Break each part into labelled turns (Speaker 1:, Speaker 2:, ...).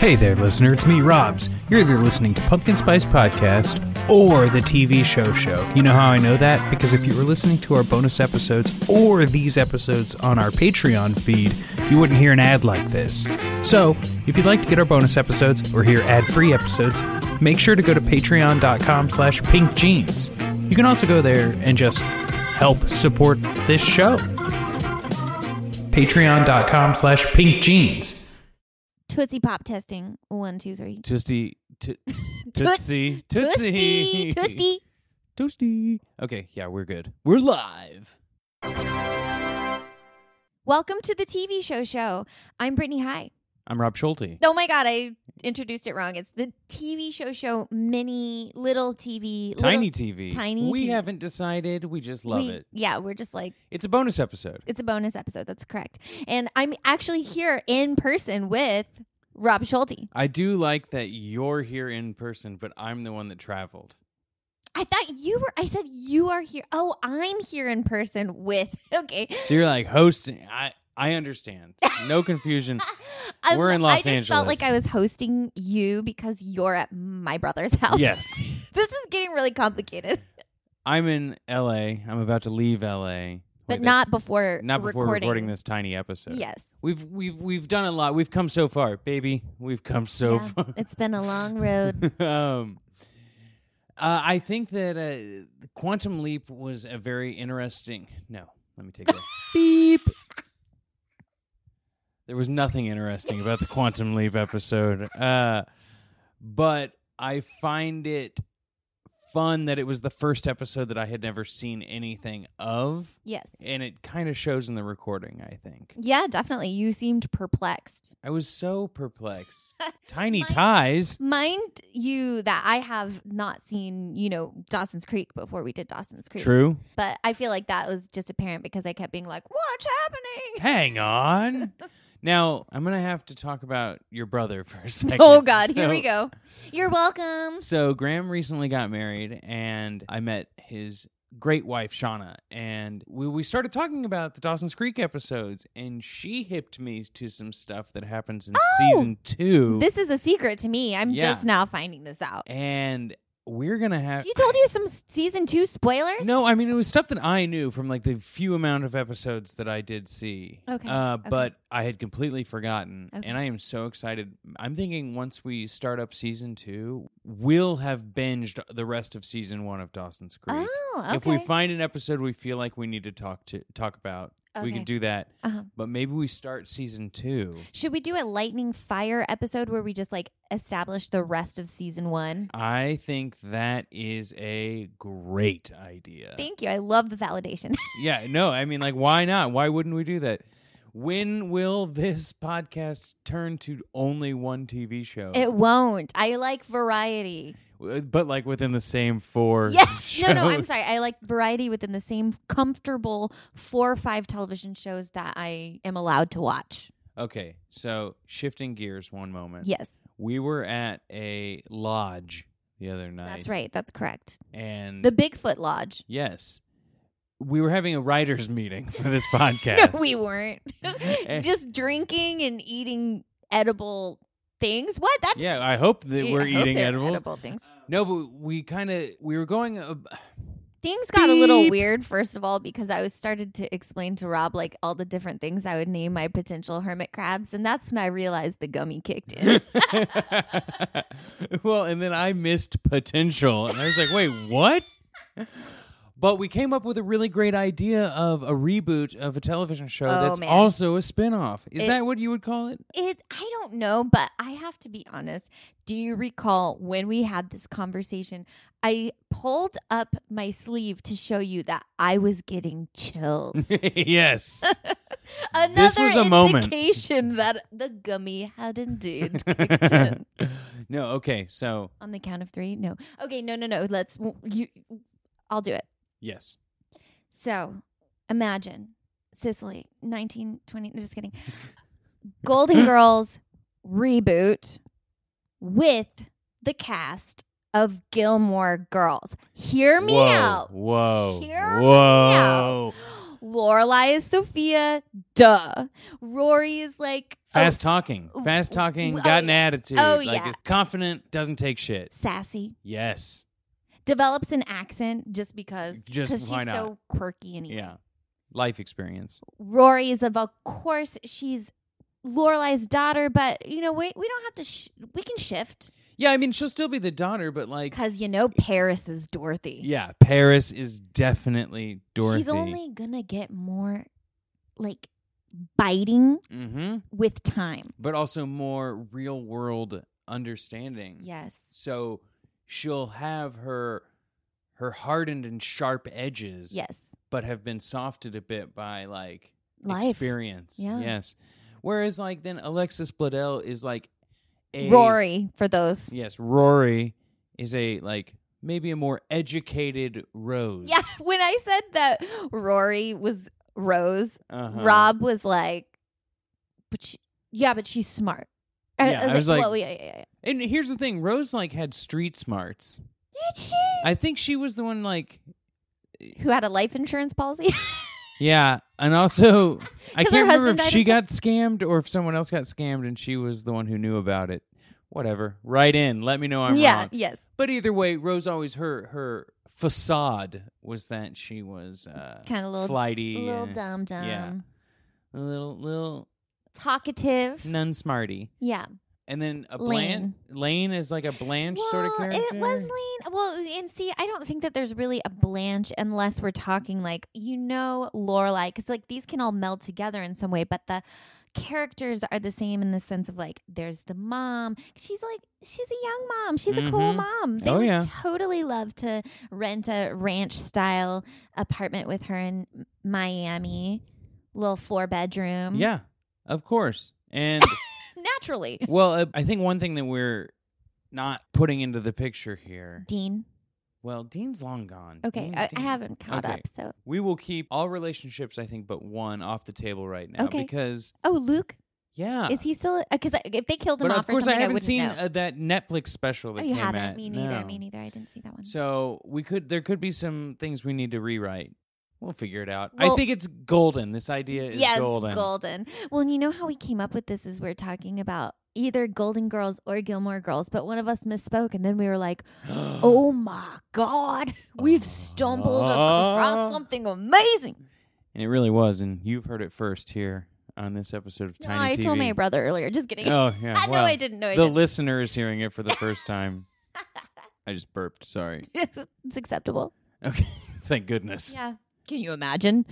Speaker 1: Hey there, listener. It's me, Robs. You're either listening to Pumpkin Spice Podcast or the TV show show. You know how I know that? Because if you were listening to our bonus episodes or these episodes on our Patreon feed, you wouldn't hear an ad like this. So, if you'd like to get our bonus episodes or hear ad-free episodes, make sure to go to patreon.com slash pinkjeans. You can also go there and just help support this show. Patreon.com slash pinkjeans.
Speaker 2: Tootsie Pop testing. One, two, three.
Speaker 3: Tootsie, to-
Speaker 2: Toot-
Speaker 3: Tootsie,
Speaker 2: Tootsie. Tootsie.
Speaker 3: Toasty. Okay, yeah, we're good. We're live.
Speaker 2: Welcome to the TV show show. I'm Brittany High.
Speaker 3: I'm Rob Schulte.
Speaker 2: Oh my God, I introduced it wrong. It's the TV show show mini little TV. little-
Speaker 3: Tiny TV.
Speaker 2: Tiny
Speaker 3: We
Speaker 2: TV.
Speaker 3: haven't decided. We just love
Speaker 2: we-
Speaker 3: it.
Speaker 2: Yeah, we're just like,
Speaker 3: It's a bonus episode.
Speaker 2: it's a bonus episode. That's correct. And I'm actually here in person with Rob Schulte.
Speaker 3: I do like that you're here in person, but I'm the one that traveled.
Speaker 2: I thought you were, I said you are here. Oh, I'm here in person with, okay.
Speaker 3: So you're like hosting. I I understand. No confusion.
Speaker 2: I'm-
Speaker 3: We're in
Speaker 2: I
Speaker 3: Los
Speaker 2: just felt like
Speaker 3: Angeles.
Speaker 2: I was hosting you because you're at my brother's house.
Speaker 3: yes.
Speaker 2: this is getting really complicated,
Speaker 3: I'm in LA. I'm about to leave LA.
Speaker 2: but
Speaker 3: Wait,
Speaker 2: not before
Speaker 3: uh, not before
Speaker 2: recording,
Speaker 3: recording this uh, tiny episode.
Speaker 2: Yes,
Speaker 3: We've we've we've done a lot. We've come so far, baby. We've come so
Speaker 2: Yeah.
Speaker 3: far.
Speaker 2: it's been a long road.
Speaker 3: um, uh, I think that uh, Quantum Leap was a very interesting. No, let me take that. Beep. There was nothing interesting about the Quantum Leap episode, uh, but I find it fun that it was the first episode that I had never seen anything of,
Speaker 2: yes,
Speaker 3: and it kind of shows in the recording. I think
Speaker 2: yeah, definitely. You seemed perplexed.
Speaker 3: I was so perplexed. Tiny
Speaker 2: My-
Speaker 3: ties.
Speaker 2: Mind you, that I have not seen, you know, Dawson's Creek before we did Dawson's Creek.
Speaker 3: True.
Speaker 2: but I feel like that was just apparent because I kept being like, "What's happening?"
Speaker 3: Hang on. now, I'm going to have to talk about your brother for a second.
Speaker 2: Oh God, here
Speaker 3: So-
Speaker 2: we go. You're welcome.
Speaker 3: So, Graham recently got married, and I met his great wife, Shauna. And we, we started talking about the Dawson's Creek episodes, and she hipped me to some stuff that happens in season two.
Speaker 2: Oh, This is a secret to me. I'm
Speaker 3: Yeah.
Speaker 2: just now finding this out.
Speaker 3: and we're going to have.
Speaker 2: She told you some s- season two spoilers.
Speaker 3: No, I mean it was stuff that I knew from like the few amount of episodes that I did see.
Speaker 2: Okay,
Speaker 3: Uh,
Speaker 2: okay.
Speaker 3: But I had completely forgotten,
Speaker 2: Okay.
Speaker 3: and I am so excited. I'm thinking once we start up season two, we'll have binged the rest of season one of Dawson's Creek.
Speaker 2: Oh, okay.
Speaker 3: If we find an episode we feel like we need to talk to talk about, we
Speaker 2: Okay.
Speaker 3: can do that.
Speaker 2: Uh-huh.
Speaker 3: But maybe we start season two.
Speaker 2: Should we do a lightning fire episode where we just like establish the rest of season one?
Speaker 3: I think that is a great idea.
Speaker 2: Thank you. I love the validation.
Speaker 3: Yeah, Uh, no, I mean, like, why not? Why wouldn't we do that? When will this podcast turn to only one TV show?
Speaker 2: It won't. I like variety.
Speaker 3: W- but like within the same four.
Speaker 2: Yes. No, no, I'm
Speaker 3: shows.
Speaker 2: sorry. I like variety within the same comfortable four or five television shows that I am allowed to watch.
Speaker 3: Okay, so shifting gears one moment.
Speaker 2: Yes.
Speaker 3: We were at a lodge the other night.
Speaker 2: That's right. That's correct.
Speaker 3: And
Speaker 2: The Bigfoot Lodge.
Speaker 3: yes, we were having a writers' meeting for this podcast.
Speaker 2: No, we weren't. Just drinking and eating edible things. What? That's
Speaker 3: Yeah, I hope that
Speaker 2: I
Speaker 3: we're
Speaker 2: hope
Speaker 3: eating
Speaker 2: they're
Speaker 3: edibles.
Speaker 2: edible things.
Speaker 3: No, but we kind of we were going. ab-
Speaker 2: Things got a little
Speaker 3: Beep.
Speaker 2: weird, first of all, because I was started to explain to Rob like all the different things I would name my potential hermit crabs, and that's when I realized the gummy kicked in.
Speaker 3: well, and then I missed potential, and I was like, wait, what? But we came up with a really great idea of a reboot of a television show
Speaker 2: Oh,
Speaker 3: that's
Speaker 2: man.
Speaker 3: also a spinoff. Is
Speaker 2: It-
Speaker 3: that what you would call it?
Speaker 2: it, I don't know, but I have to be honest. Do you recall when we had this conversation? I pulled up my sleeve to show you that I was getting chills.
Speaker 3: yes.
Speaker 2: Another
Speaker 3: This was a moment.
Speaker 2: indication that the gummy had indeed kicked in.
Speaker 3: no, okay. So,
Speaker 2: On the count of three? No. Okay, no, no, no. Let's. You. I'll do it.
Speaker 3: yes.
Speaker 2: So, imagine Sicily, 1920. Just kidding. Golden Girls reboot with the cast of Gilmore Girls. Hear me
Speaker 3: whoa,
Speaker 2: out.
Speaker 3: Whoa.
Speaker 2: Hear me
Speaker 3: whoa.
Speaker 2: Lorelai is Sophia. Duh. Rory is like a
Speaker 3: Fast talking, fast talking,
Speaker 2: Oh,
Speaker 3: got an
Speaker 2: yeah.
Speaker 3: attitude.
Speaker 2: Oh,
Speaker 3: like
Speaker 2: yeah.
Speaker 3: confident, doesn't take shit.
Speaker 2: sassy.
Speaker 3: Yes.
Speaker 2: Develops an accent just because
Speaker 3: Just
Speaker 2: 'cause she's
Speaker 3: why not?
Speaker 2: so quirky anyway.
Speaker 3: Yeah. Life experience.
Speaker 2: Rory is of, of course she's Lorelai's daughter, but you know we we don't have to sh- we can shift
Speaker 3: Yeah, I mean, she'll still be the daughter, but like,
Speaker 2: because you know Paris is Dorothy.
Speaker 3: yeah, Paris is definitely Dorothy.
Speaker 2: She's only gonna get more like biting
Speaker 3: hmm
Speaker 2: with time.
Speaker 3: but also more real world understanding.
Speaker 2: Yes.
Speaker 3: So she'll have her her hardened and sharp edges,
Speaker 2: Yes.
Speaker 3: but have been softened a bit by like
Speaker 2: Life.
Speaker 3: experience.
Speaker 2: Yeah.
Speaker 3: Yes. Whereas like then Alexis Bledel is like a
Speaker 2: Rory for those.
Speaker 3: Yes, Rory is a like maybe a more educated Rose.
Speaker 2: Yeah. When I said that Rory was Rose,
Speaker 3: Uh-huh.
Speaker 2: Rob was like, but she, yeah, but she's smart. I,
Speaker 3: Yeah,
Speaker 2: I was, like, well, yeah, yeah, yeah.
Speaker 3: And here's the thing, Rose like had street smarts.
Speaker 2: Did she?
Speaker 3: I think she was the one like
Speaker 2: Who had a life insurance policy?
Speaker 3: Yeah, and also I
Speaker 2: 'Cause her
Speaker 3: can't remember
Speaker 2: husband
Speaker 3: if
Speaker 2: died
Speaker 3: she
Speaker 2: in
Speaker 3: got scammed or if someone else got scammed and she was the one who knew about it. Whatever. Write in. Let me know I'm
Speaker 2: yeah.
Speaker 3: wrong.
Speaker 2: Yes.
Speaker 3: But either way, Rose always her her facade was that she was uh,
Speaker 2: Kinda little-
Speaker 3: flighty,
Speaker 2: Little
Speaker 3: and
Speaker 2: dumb dumb.
Speaker 3: yeah. a little little
Speaker 2: Talkative.
Speaker 3: non smarty.
Speaker 2: Yeah.
Speaker 3: And then a
Speaker 2: Lane.
Speaker 3: Blanche Lane is like a Blanche
Speaker 2: well,
Speaker 3: sort of character.
Speaker 2: It was lean. Well, and see, I don't think that there's really a Blanche unless we're talking like you know Lorelai, because like these can all meld together in some way, but the characters are the same in the sense of like there's the mom. She's like she's a young mom. She's a cool
Speaker 3: Mhm.
Speaker 2: mom. They
Speaker 3: Oh,
Speaker 2: would
Speaker 3: yeah.
Speaker 2: totally love to rent a ranch style apartment with her in Miami, little four bedroom.
Speaker 3: Yeah, of course. And
Speaker 2: naturally.
Speaker 3: well, uh, I think one thing that we're not putting into the picture here
Speaker 2: Dean.
Speaker 3: Well, Dean's long gone.
Speaker 2: Okay,
Speaker 3: Dean-
Speaker 2: I, I
Speaker 3: Dean-
Speaker 2: haven't caught
Speaker 3: Okay.
Speaker 2: up. So,
Speaker 3: We will keep all relationships, I think, but one off the table right now
Speaker 2: Okay.
Speaker 3: because
Speaker 2: oh, Luke.
Speaker 3: yeah.
Speaker 2: Is he still? Because if they killed him
Speaker 3: but
Speaker 2: off
Speaker 3: of course,
Speaker 2: or
Speaker 3: I
Speaker 2: something, I,
Speaker 3: haven't
Speaker 2: wouldn't
Speaker 3: seen
Speaker 2: know.
Speaker 3: uh, that Netflix special that
Speaker 2: oh, you
Speaker 3: came
Speaker 2: haven't.
Speaker 3: out.
Speaker 2: Me neither.
Speaker 3: No.
Speaker 2: Me neither. I didn't see that one.
Speaker 3: So we could there could be some things we need to rewrite. We'll figure it out. I
Speaker 2: Well-
Speaker 3: think it's golden. This idea is
Speaker 2: yeah,
Speaker 3: golden.
Speaker 2: it's golden. Well, and you know how we came up with this is we're talking about either Golden Girls or Gilmore Girls, but one of us misspoke, and then we were like, "Oh my God, we've stumbled
Speaker 3: Uh-huh.
Speaker 2: across something amazing."
Speaker 3: And it really was, and you've heard it first here on this episode of
Speaker 2: No,
Speaker 3: Tiny
Speaker 2: I
Speaker 3: TV.
Speaker 2: told my brother earlier. Just kidding.
Speaker 3: Oh yeah.
Speaker 2: I know
Speaker 3: well,
Speaker 2: I didn't know. I
Speaker 3: The
Speaker 2: didn't.
Speaker 3: listener is hearing it for the first time. I just burped. Sorry.
Speaker 2: it's acceptable.
Speaker 3: Okay. Thank goodness.
Speaker 2: Yeah. Can you imagine?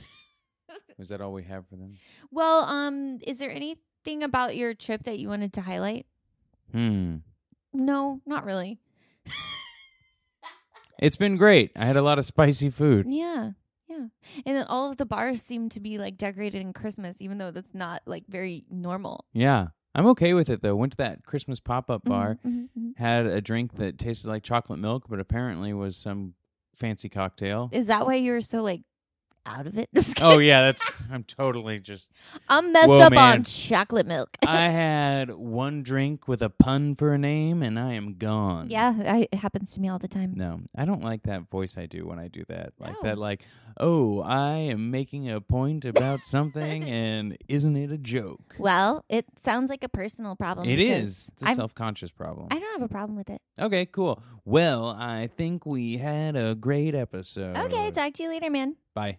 Speaker 3: Was that all we have for them?
Speaker 2: Well, um, is there anything about your trip that you wanted to highlight?
Speaker 3: Hmm.
Speaker 2: No, not really.
Speaker 3: It's been great. I had a lot of spicy food.
Speaker 2: Yeah. Yeah. And then all of the bars seem to be like decorated in Christmas, even though that's not like very normal.
Speaker 3: Yeah. I'm okay with it though. Went to that Christmas pop up bar,
Speaker 2: Mhm, mhm, mhm.
Speaker 3: had a drink that tasted like chocolate milk, but apparently was some fancy cocktail.
Speaker 2: Is that why you were so like out of it?
Speaker 3: oh yeah, that's I'm totally just
Speaker 2: I'm messed
Speaker 3: whoa,
Speaker 2: up
Speaker 3: man.
Speaker 2: on chocolate milk.
Speaker 3: I had one drink with a pun for a name and I am gone.
Speaker 2: yeah, I, it happens to me all the time.
Speaker 3: No, I don't like that voice I do when I do that. Like
Speaker 2: No.
Speaker 3: that, like, oh, I am making a point about something, and isn't it a joke?
Speaker 2: Well, it sounds like a personal problem.
Speaker 3: It
Speaker 2: because
Speaker 3: is. It's a
Speaker 2: I'm-
Speaker 3: self conscious problem.
Speaker 2: I don't have a problem with it.
Speaker 3: okay, cool. Well, I think we had a great episode. Uh,
Speaker 2: Okay, talk to you later, man.
Speaker 3: Bye.